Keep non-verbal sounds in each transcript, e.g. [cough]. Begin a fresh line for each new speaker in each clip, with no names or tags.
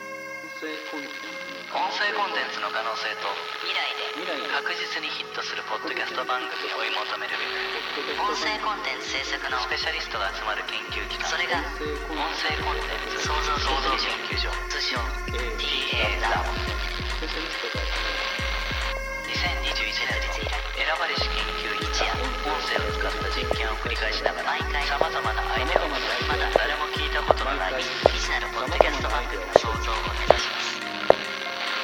声コンテンツ
音声コンテンツの可能性と未来
未
で
来で
確実にヒットするポッドキャスト番組を追い求めるべく音声コンテンツ制作のスペシャリストが集まる研究機関それが音声コンテンツ創造創造研究所通称 TA ラボ
スペシャリストが
2021年の選ばれし研究一や音声を使った実験を繰り返しながら毎回さまざまなアイデアをまだ誰も聞いたことのない未知なるポッドキャスト番組の創造を目指します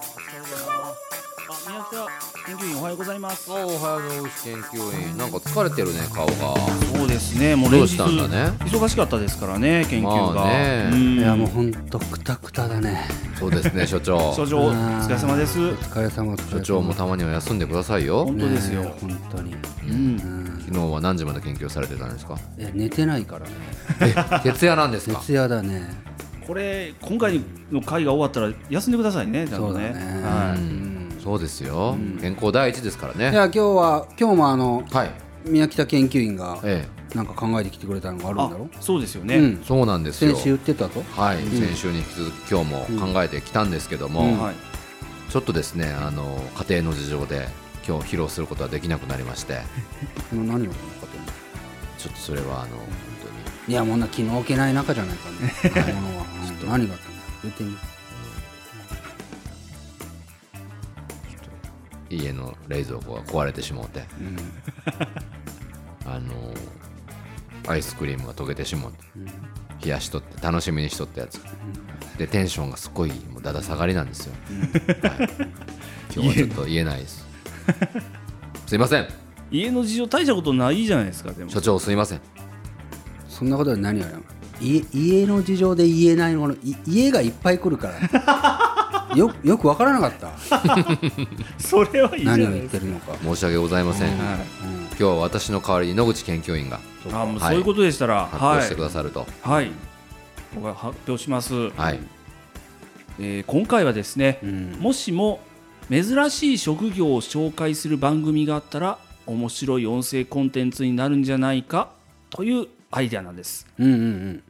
あ、宮下研究員おはようございます。
あおはようございます研究員なんか疲れてるね顔が
そうですね、もう
ど
連
う
日
したんだね
忙しかったですからね、研究が。
まあね
うん
いやもうほんとくたくただね
そうですね所長
所
所
長、お
あー
疲れ様です。
お疲れ様です
長もたまには休んでくださいよ
本当ですよ。
本当に
うん、
昨日は何時まで研究されてたんですか
いや寝てないからね
え徹夜なんですか
徹夜だね
これ、今回の会が終わったら、休んでくださいね、ちゃんとね。
そうだね
は
う
い。
んそうですよ健康第一ですから
い
ね
や今日は今日もあの
はい
宮北研究員が
え
なんか考えてきてくれたのがあるんだろ
あ、そうですよね。
うん
えそうなんですよ
先週言ってたと
はい先週に引き続き今日も考えてきたんですけども
はい。
ちょっとですねあの家庭の事情で今日披露することはできなくなりまして
な何を思うかと思う
ちょっとそれはあの本当に
いやもうな気の置けない中じゃないかねものはうん何があったの言ってみ
家の冷蔵庫が壊れてしもうて
うん
あのアイスクリームが溶けてしもうて冷やしとって楽しみにしとったやつでテンションがすごいもうだだ下がりなんですよ、はい、今日はちょっと言えないですすいません
家の事情大したことないじゃないですか、でも。
所長すいません
そんなことで何がやるの家家の事情で言えないものい家がいっぱい来るからよよく分からなかった
それはいいじゃない
何を
で
言っ
すか。
てるのか。
申し訳ございません、今
はい
日は私の代わりに野口研究員が
あ、もう
は
そういうことでしたら、
発
は
表して
い。
くださると
はい。僕が発表します。
はい、
えー今回はですね、
ん
もしも珍しい職業を紹介する番組があったら面白い音声コンテンツになるんじゃないかというアイデアなんです
うんうん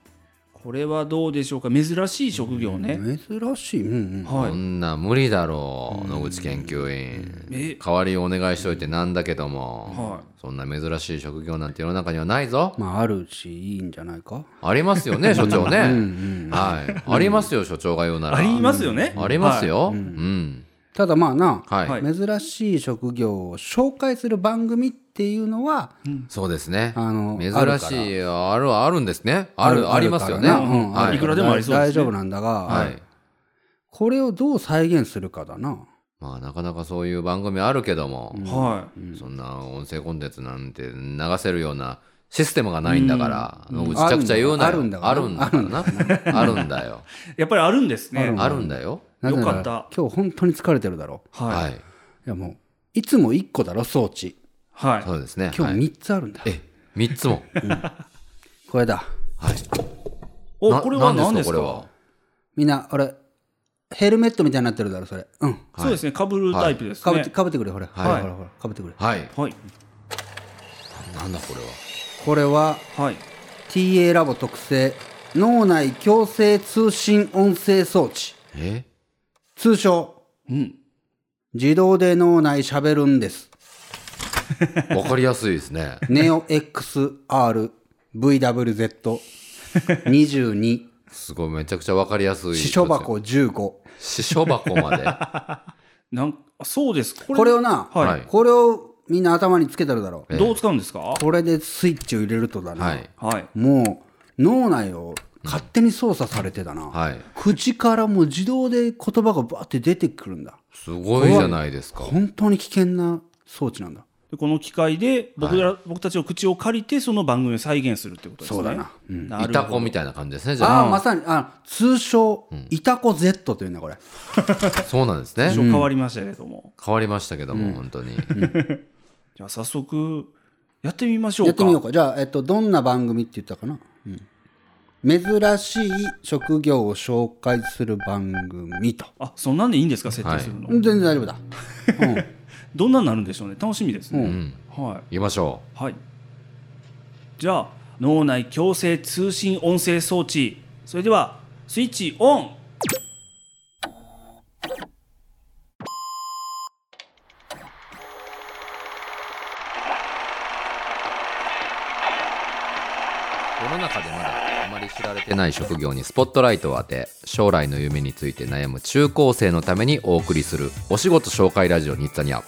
これはどうでしょうか珍しい職業
う
ね、
ん。珍しい。うん
はい
こんなん無理だろう野口研究員
え
代わりお願いしといてなんだけども、
はい
そんな珍しい職業なんて世の中にはないぞ
うん。まああるしいいんじゃないか。
ありますよね、所長ね。
うんうん。
はい。ありますよ、所長が言うなら。
ありますよね、
あります
は
よ。うん。
ただまあな、
は
はい
い。
珍しい職業を紹介する番組っていうのは、
そうですね。
あの
珍
あるか
しい、ある、あるんですね。ある、ありますよね。
あるからなうん
はい
いくらでもありそうですね
大丈夫なんだが、
はい。
これをどう再現するかだな。
まあ、なかなかそういう番組あるけども、
は
そんな音声コンテンツなんて流せるようなシステムがないんだから、うちゃくちゃ言うなよ。
あるんだ
あるんだからな。あるんだよ。
い、やっぱりあるんですね
あるんだよ。
なぜなら
よかった
今日本当に疲れてるだろ
は
はいい。
う。いやもういつも一個だろ装置。
はい、
そうですね。
今
は
日
い
三つあるんだ。
え、3つも。
これだ。
[laughs] はい。
お
な
これは何
何で
ですす
か
か
こ
みんなあれヘルメットみたいになってるだろそれ。うん。
そうですねかぶるタイプです
か
ね、
ぶ
は
っ
い
て、かぶってくれ、ほら、
は
ほ
い
ら、ほら、ほら、かぶってくれ。
はい。
はい
なんだこれは。
これは、
はい
TA ラボ特製、脳内強制通信音声装置。
え
通称、
うん
自動で脳内喋るんです。
[laughs] わかりやすいですね。
ネオ XR VWZ22、
[laughs] すごい、めちゃくちゃわかりやすい。
支所箱。15。こ
支所箱ま [laughs] で。
なんそうですこ
れ
れ
をな、
はい、
はい
これをみんな頭につけてるだろう。
どう使うんですかは
これでスイッチを入れるとだな、
はい。
い
もう脳内を勝手に操作されてだな。
はい。
口からもう自動で言葉がバーって出てくるんだ
すごいじゃないですか。
本当に危険な装置なんだ
でこの機械で僕ら、僕たちの口を借りてその番組を再現するってことですね。
そうだなうん
ないる
た
ほ
こ
ど
みたいな感じですね。じゃ
あ
あ、
あまさにあ通称イタコ Z というんだこれ
そうなんですね
印。象変わりましたけれども、
変わりましたけども、本当に。
じゃあ早速やってみましょうか。
やってみようかじゃあえっとどんな番組って言ったかな珍しい職業を紹介する番組と
あそんなんでいいんですか設定するの、
全然大丈夫だ、うん、
どんなんなるんでしょうね楽しみです
う
ね、
ん
はい
行きましょ
はい。じゃあ脳内強制通信音声装置。それではスイッチオン。
う世の中でまだあまり知られてない職業にスポットライトを当て将来の夢について悩む中高生のためにお送りするお仕事紹介ラジオニッツァニャ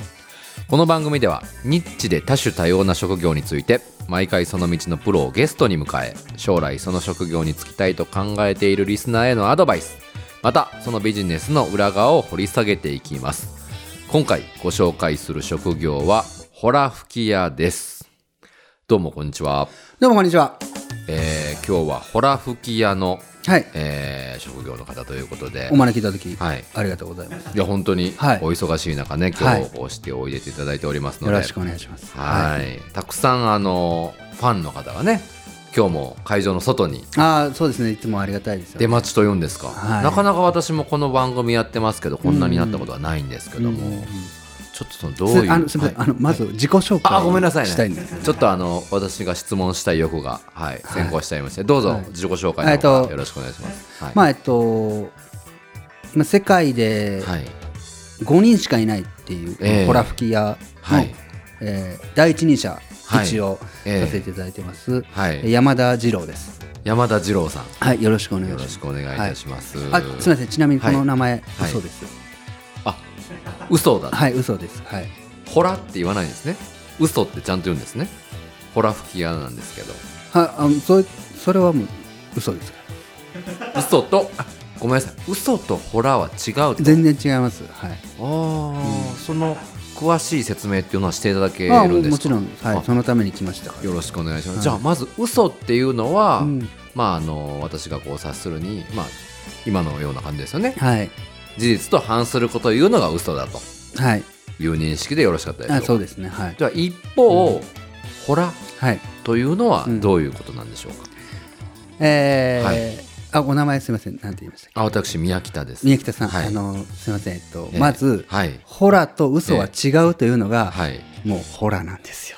この番組ではニッチで多種多様な職業について毎回その道のプロをゲストに迎え将来その職業に就きたいと考えているリスナーへのアドバイスまたそのビジネスの裏側を掘り下げていきます今回ご紹介する職業はホラ吹き屋ですどうもこんにちは
どうもこんにちは
えー今日はホラ吹き屋の、
はい
えー職業の方ということで
お、招きいただき、
はい、
ありがとうございます
いや本当に
はい
お忙しい中ね、
は
今
い
日おしておいでていただいておりますの
よ
で、
ろしくお願いします
はいたくさんあのファンの方がね今日も会場の外に
ああそうですねいつもありがたいですよ
出待ちというんですか、
はい
なかなか私もこの番組やってますけどこんなになったことはないんですけども、ちょっとそのどう
す
いう
あのすみません、
はい
あのまず自己紹介
あごめんなさいね
したいんです
ちょっとあの私が質問したい欲が、はい、先行しちゃいまして、どうぞ自己紹介
え
の
っと
方よろしくお願いします、はい
まあえっとまあ世界で
はい
5人しかいないっていう、
ええ
ホラ吹き屋の、
はい
えー第一人者
はい
一応さ
ええ
せていただいてます、
はい
山田二郎です
山田二郎さん
はいよろしくお願い
よろ
し
し
ま
くお願いいたします、
す、あすみませんちなみにこの名前、
はい
嘘です
あ嘘だ、
はい嘘ですはい
ホラって言わないんですね嘘ってちゃんと言うんですねホラ吹き屋なんですけど
はあのそそれはもう嘘ですから
嘘とあごめんなさい嘘とホラは違うとあ
全然違いますはい
あー、その詳しい説明っていうのはしていただける
あも
ん
う
ですか
もちろん、は
あ
い、そのために来ましたから
よろしくお願いします、
はい
じゃあまず嘘っていうのは、
うん
まああの私がこう察するにまあ今のような感じですよね
はい
事実と反することを言うのが嘘だと
はい
いう認識でよろしかったでしょう
あ
か
そうですねはい
じゃあ一方、ホラ
はい
というのは
うん
どういうことなんでしょうか、
えー
はい
あお名前すみませんなんて言いましたっけ
あ私宮北です
宮北さん、
はい
あのすみませんえっと、
ええ
まず、
はい
ホラと嘘は違うというのが、
はい
もうホラなんですよ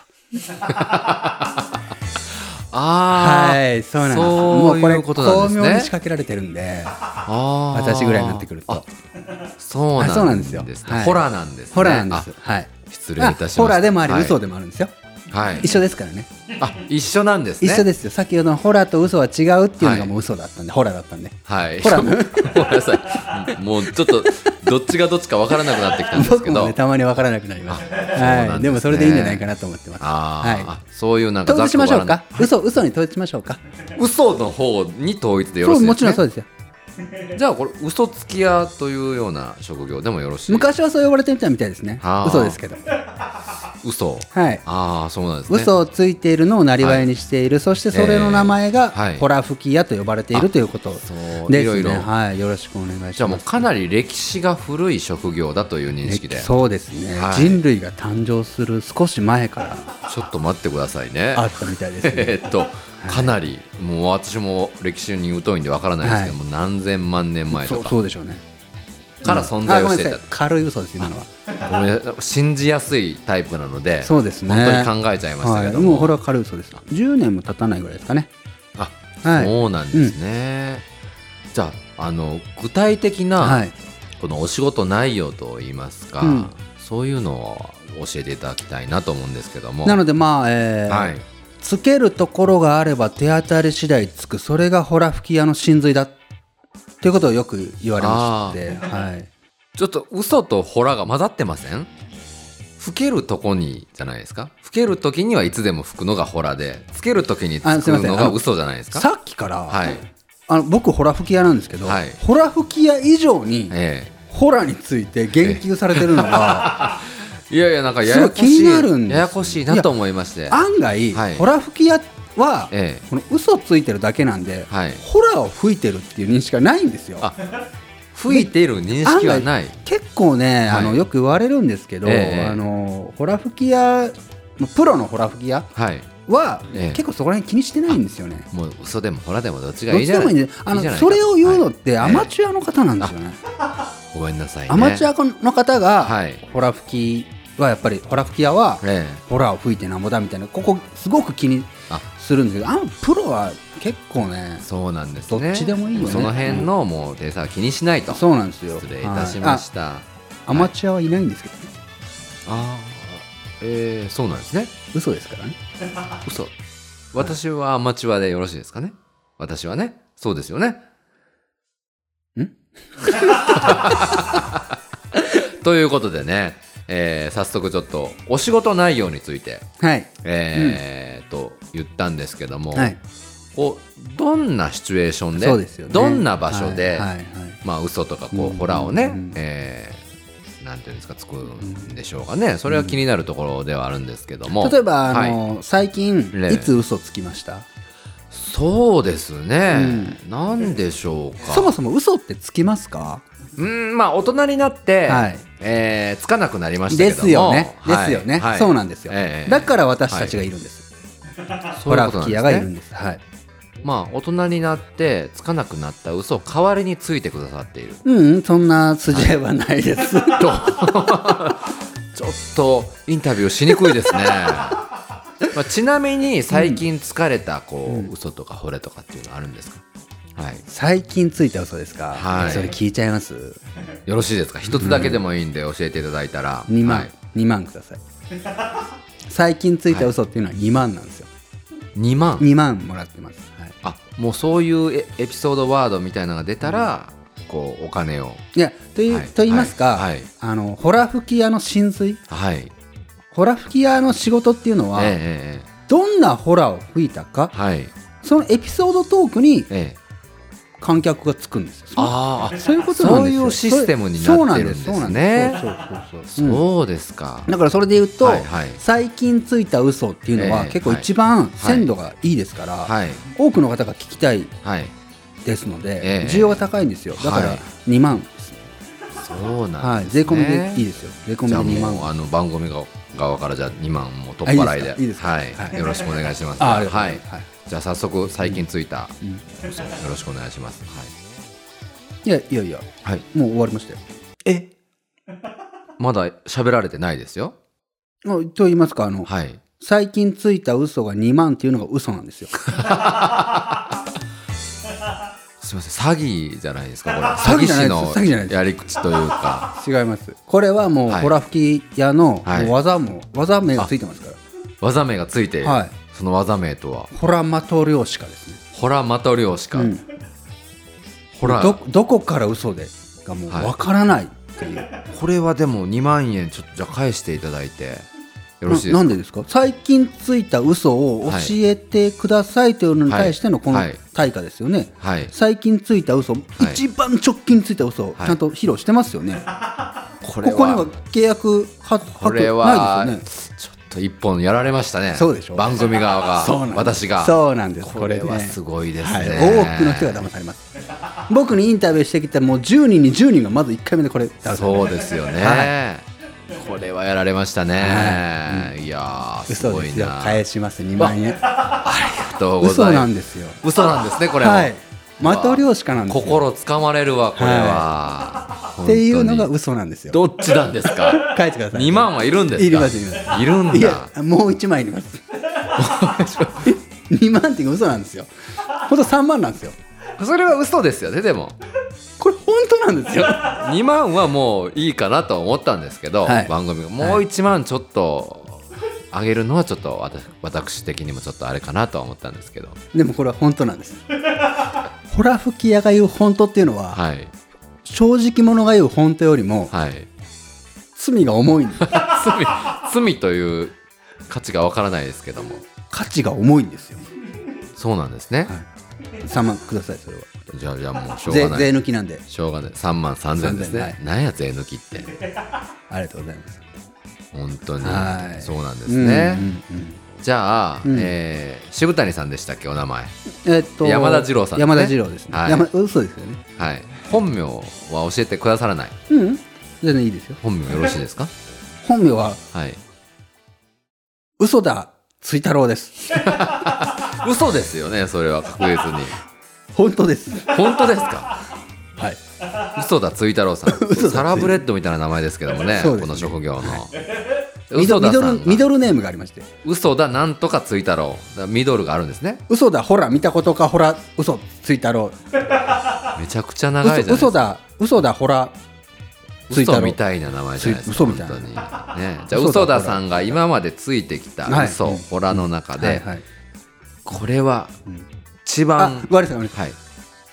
あー
はいそうなんです
そういうことなんです
もうこれ巧妙に仕
ね
掛けられてるんで
あー
私ぐらいになってくる
あ
と
そう
あそ
な
うなんん
で
ですす
ね
よはい
ホラなんですね
ホラなんです
あ
はい
失礼いたしました
あホラでもあり、
はい
嘘でもあるんですよ
はい
一緒ですからね
あ一緒なんですね
一緒ですよさっきのホラと嘘は違うっていうのがもう嘘だったんで、ホラだったんで
はい
ホラ
[laughs] ごめんなさいもうちょっとどっちがどっちか分からなくなってきたんです
僕
けど
もねたまにわからなくなります
なんですね
はいでもそれでいいんじゃないかなと思ってます
あー、
は
あそういうないんか
統一しましょう
ざっ
か
くば
嘘嘘に統一しましょうか
らん嘘の方に統一でよ
そ
ろしいで
う
すね
もちろんそうですよ
じゃあこれ嘘つき屋というような職業でもよろしい
昔はそう呼ばれてみたみたいですね
あー
嘘ですけど
嘘
はい
ああそうなんですね
嘘をついているのを生りにしている、そしてそれの名前
えー
が
はい
ホラ吹き屋と呼ばれているということです
そう
ね
いろいろ
はい、よろしくお願いします
じゃあもうかなり歴史が古い職業だという認識で
え
ちょ
そうですね、
はい
人類が誕生する少し前から
っと待ってくださいね
あったみたいですね
[laughs] えーっとかなりもう私も歴史に疎いんでわからないですけど、
はい
もう何千万年前
そ
と
う
か
そうでしょうね
から存在をしてい
あ
た
ごめんなさい軽い嘘です今のは
ごめんなさい信じやすいタイプなので
そうですね
本当に考えちゃいましたけ
はい、
ど
もう
も、
これは軽い嘘です10年も経たないぐらいですかね
あ
はい
そうなんですね、じゃああの具体的な、
はい
このお仕事内容といいますか、
うん
そういうのを教えていただきたいなと思うんですけども
なのでまあ、えー
はい、
つけるところがあれば手当たり次第つくそれがホラ吹き屋の真髄だっていうことをよく言われまして、はい、
ちょっと嘘とホラが混ざってません吹けるとこにじゃないですか吹ける時にはいつでも吹くのがホラでつける時につ
あす
く
いません
の
あ
が
の
嘘じゃないですか
さっきから、
はい
あの僕ホラ吹き屋なんですけど、
はい
ホラ吹き屋以上に
え
ホラについて言及されてるの
[laughs]
が
えいやいやなんかややこし
すごい気
い
になるんです
ややこしいなと思いまして
案外、
はい
ホラ吹き屋は、
ええ
この嘘ついてるだけなんで、
はい
ホラを吹いてるっていう認識がないんですよ。
あ吹いている認識はない
案外結構ね、あ
は
の
い
よく言われるんですけど、
ええ
あのホラ吹き屋プロのホラ吹き屋
はい
は、
ええ
結構そこら辺気にしてないんですよね。
もう嘘でもほらでもどっちが
どっ
いいじ
ちで
ゃな
もい
い
いんで、あの
いいじゃないか
それを言うのって
は
ア
い
マチュアの方なんですよね。
ごめんなさいね
アマチュアの方が、
はい
ホラ吹きはやっぱりホラ吹き屋は、
え
ホラを吹いてなんぼだみたいなここすごく気に
あ
するんですけどあのプロは結構ね
えそうなんですね
どっちでもいいよね
その辺のもうデザは気にしないと
そうなんですよ
失礼いたしました、あ
はいあアマチュアはいないんですけどね
あーええそうなんですね
嘘ですからね
嘘私はアマチュアでよろしいですかね私はねそうですよね
ん
[laughs] ということでね、えー早速ちょっとお仕事内容について
はい
えーと言ったんですけども、
はい
こうどんなシチュエーションで
そうですよね
どんな場所で、
はいはいはい
まあ嘘とかこう、
うん
ホラーをね、
うん
えーなんていうんですか作るんでしょうかねそれは気になるところではあるんですけども、
例えば
は
あ
い
の、最近
ええ
いつ嘘つきました
そうですね、なんでしょうか
そもそも嘘ってつきますか
うんまあ大人になって、
はい
えーつかなくなりましたけ
で
ども
すよねで
はい
すよね
はい
そうなんですよ
ええ
だから私たちがいるんです
そう
ホ
いう
ラ
ことなん
吹
ですね
き屋がいるんですはい
まあ大人になってつかなくなった嘘を代わりについてくださっている
うんそんな筋合いはないです
と [laughs] ちょっとインタビューしにくい
[laughs]
ですね、まあ、ちなみに最近疲れたこう、嘘とか惚れとかっていうのあるんですかはい
最近ついた嘘ですか、
はい
それ聞いちゃいます
よろしいですか一つだけでもいいんで教えていただいたら、
2万、
はい、
2万ください最近ついた嘘っていうのは2万なんですよ
2万
2万もらってます、はい、
あもうそういうエエピソードワードみたいなのが出たら、こうお金を
いやという、
はい
と言いますか、
はいはい
あのホラ吹き屋の真髄
はい
ホラ吹き屋の仕事っていうのは、
ええええ
どんなホラを吹いたか
はい
そのエピソードトークに
ええ
観客がつくんですよそ
ああ
うそういうことなん
そう
です
い
よ
うシステムになってるんです
そうそうなん
ね
ですそうなんですそうそうそうそううん
そうですか、
だからそれで言うと、
はいはい
最近ついた嘘っていうのは
ええ
結構一番鮮度がいいですから、
はい
多くの方が聞きたい
はい
ですの
え
で、
え
需要が高いんですよだか
は
ら
い
2万ですね
そう
は
ないんです、
税
ね
込みでいいですよ税込み
じ
で
ゃあも
2万
う
は
あの番組側側からじゃあ2万もう取
あ
っ
いい
払い
ですか
で
いいですか
はい
はい
よろしくお願いします
あありがと
は
うござい
い
ますはい
じゃあ早速最近ついた、
うんうん
嘘よろしくお願いします
いやいやいや
はい、はい、
もう終わりましたよ
えまだ喋られてないですよ
もうと言いますかあの、
はい
最近ついた嘘が2万っていうのが嘘な
[laughs]
んですよ
すいません詐欺じゃないですかこれ
詐欺じゃないです詐欺じゃないです
やり口というか
違いますこれはもう、
はい
ホラ吹き屋の、
はい
もう技も技名がついてますから
技名がついている、
はい
その技名とは
ホラマト漁師かですね
ホラマトリョーシカ、
うん
ホラ
どどこから嘘でがもう
はい
わからないっていう、
これはでも2万円ちょっとじゃあ返していただいてよろしいですか
ななんでですか最近ついた嘘を教えてくださいというのに対してのこの
はい
対価ですよね、
はい
最近ついた嘘、一番直近ついた嘘をち
はい
ゃんと披露してますよね、
こ
ここには契約は
こ
は
れは
ないですよね
ちょっと一本やられましたね
そうでしょ
番組側が
そうなんです
私が
そうなんです
これ
これ
は
ね
すごいです
はい、
ね、
多くの人が騙されます僕にインタビューしてきたもう10人に10人がまず1回目でこれ騙され
そうですよね、
は
これはやられましたね、いやーす
嘘
ご
で
い
すよ
な
返します2万円
ありがとうご
嘘
ざい
な
ま
ん
す
ですよ
嘘なんですねこれは、
はいマト漁師かなんですよ
心つかまれるわこれは、
っていうのが
本
嘘なんですよ
当にどっちなんです
[laughs]
か
書いてください
2万はいるんですか
いりますいりま
いるんだ
いやもう1枚いります [laughs] 2万っていうか嘘なんですよほんと3万なんですよ
それは嘘ですよねでも
これ本当なんですよは
[laughs] 2万はもういいかなと思ったんですけど、
はい
番組がもう1万ちょっと上げるのはちょっと私私的にもちょっとあれかなとは思ったんですけど
いでもこれは本当なんですホラ吹き屋が言う本当っていうのは、
はい
正直者が言う本当よりも
はい
罪が重いんです
罪罪という価値がわからないですけども
価値が重いんですよ
そうなんですね、
3万くださいそれは
じゃあじゃあもうしょう
税
がない
税抜きなんで
しょうがない3万3000ですね、
3000はい
なんや税抜きって
ありがとうございます
本当に
はい
そうなんですね、
うんうんうん
じゃあ、
うん
えー渋谷さんでしたっけお名前
えっと
山田二郎さんですね
山田二郎ですね、
はい
山嘘ですよね
はい本名は教えてくださらない
うん全然いいですよ
本名よろしいですか
本名は
はい
嘘だつい太郎です。
嘘ですよねそれは確
[laughs]
実に
本当です。
本当ですか
はい。
嘘だつい太郎さ
嘘だ
んサラブレッドみたいな名前ですけどもね
そうですね
この職業の
ミド
嘘だ
ミド
さ
ル
んが
ミドルネームがありまして。
嘘だなんとかつい太郎だからミドルがあるんですね
嘘だ、ほら、見たことか、ほら、嘘、ついたろう。
めちゃくちゃ長いじゃな
嘘
いですか
嘘だ、嘘だ、ほら、つい
嘘
たろう
み。たいな名前じゃないですか
嘘みたいな
本当にね、じゃあ
嘘だ
嘘田さんが今までついてき
は
た
い
嘘、
うん
ホラの中で、
はいはい。
これは
ん
一
あ
番、、
悪いです悪いです
はい、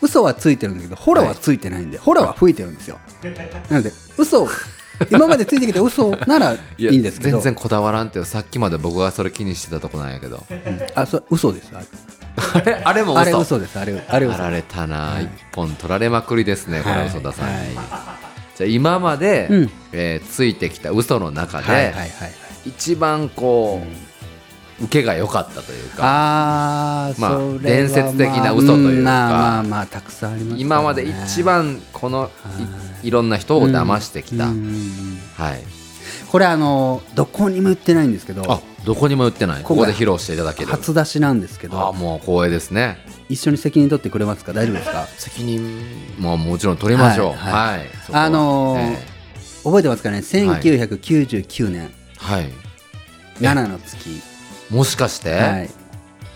嘘はついてるんだけど、ホラはついてないんで、ホラは吹いてるんですよ。なので、嘘、今までついてきた嘘ならいいんですけど、
全然こだわらんってよさっきまで僕がそれ気にしてたとこなんやけ
[laughs]
ど
あ、そう嘘です。あ
あれあれも
あれ
嘘
嘘です。あれ、あれ
やら
嘘。
れたな、一本取られまくりですねこ
は
れ
い
嘘田さんに、じゃあ今まで、
うん
えーついてきた嘘の中で、
はいはいはいはい。
一番こう、受けが良かったというか
あー
まあ
それは
伝説的な嘘というか
まあうんまあまあたくさんありますからね
今まで一番このいいろんな人を騙してきた、
うんうんうん
はい
これあのどこにも言ってないんですけど
あどこにも売ってない
こ
こ
こ
こ
で
で披露していただける
初出しなんですけ
あ
ど
もう光栄ですね
一緒に責任取ってくれますか大丈夫ですか
責任ももちろん取りましょう
は
は
い
い、そこは
あのー
え
覚えてますかね1999年
えはい
7の月
もしかして、
はい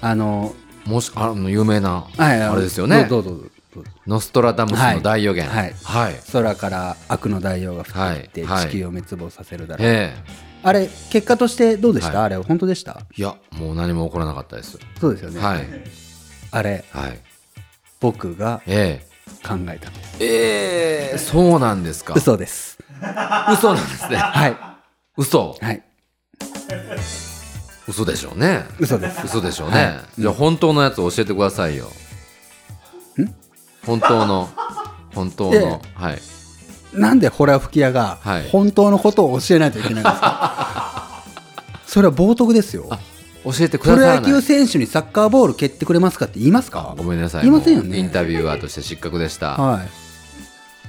あの
もしあの有名な、
はい
あれですよね
どうぞどうぞどうぞ
ノストラダムスの大予言
はい
はい、
空から悪の大王が降ってきて
はいはい
地球を滅亡させるだろう
ええ
あれ結果としてどうでした
は
あれ本当でした
いやもう何も起こらなかったです
そうですよね
はい
あれ
はい
僕が
ええ
考えたんです
ええそうなんですか
嘘です
嘘なんですね
はい
嘘
はい
嘘でしょうね
嘘です
嘘でしょうね、
は
じゃあ本当のやつ教えてくださいよ本当の本当
ええ
のはい
なんでホラ吹き屋が
はい
本当のことを教えないといけないんですか、
[laughs]
それは冒涜ですよ
教えてく
プ
だ
ロ
さら
野
ない
球選手にサッカーボール蹴ってくれますかって言いますか
ごめんなさい
言いませんよね
もうインタビュアーとして失格でした、
はい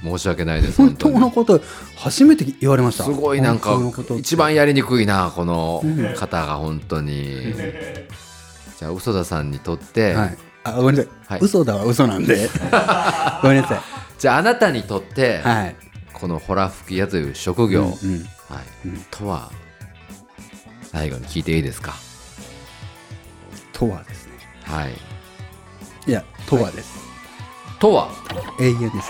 申し訳ないです
本
本当
当
に
のこと初めて言われました
すごいなんか
本当のことって
一番やりにくいなこの方が本当にじゃあ嘘田さんにとって、
はいあごめんなさい、
はい
嘘だは嘘なんで [laughs] ごめんなさ
じゃああなたにとって、
いはい
このホラ吹き屋という職業、
うんうん
はいとは最後に聞いていいですか
とはですね
はい
いやとはです、
とは
永遠ですね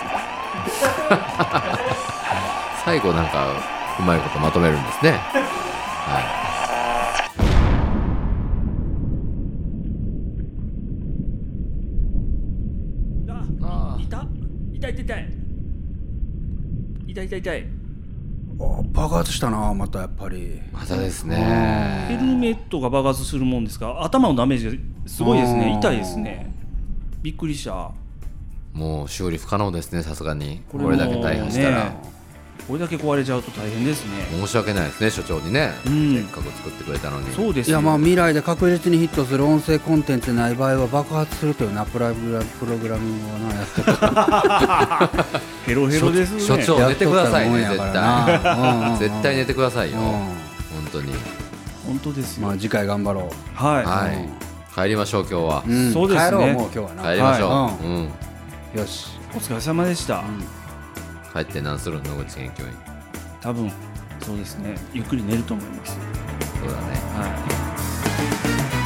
最後なんかうまいことまとめるんですね。は
あいた痛い痛い痛い痛い痛い痛い
あ爆発したなまたやっぱり
い。またです
ヘル
ね。
メットが爆発するもんですか頭のダメージがすごいです
あ
ね
ー
痛いですねびっくりした
もう修理不可能ですね。さすがに
れ
これだけ大破したら
もうねこれだけ壊れちゃうと大変ですね
申し訳ないですね所長にね。
うん
せっかく作ってくれたのに。
そうです
いや
よ
まあ未来で確実にヒットする音声コンテンツでない場合は爆発するというなプラグラプログラミングをなや
[laughs]
ってた
ヘロヘロですね
所所長
や
寝
ってと
く
っ
だ
た
さ
ら
い
もん
ね
や
絶
から
対。
な
絶対寝てくださいよ。
うん
本当に。
本当ですよ、
まあ次回頑張ろ
はい、
はい。帰りましょう今日は
う、う。ん
そうですね
帰ろうもう今日は
帰りましょ
は
う。うん。
なよし
お疲れ様でした、
帰って何するの野口研究員。
多分そうですねゆっくり寝ると思います
そうだね。
はい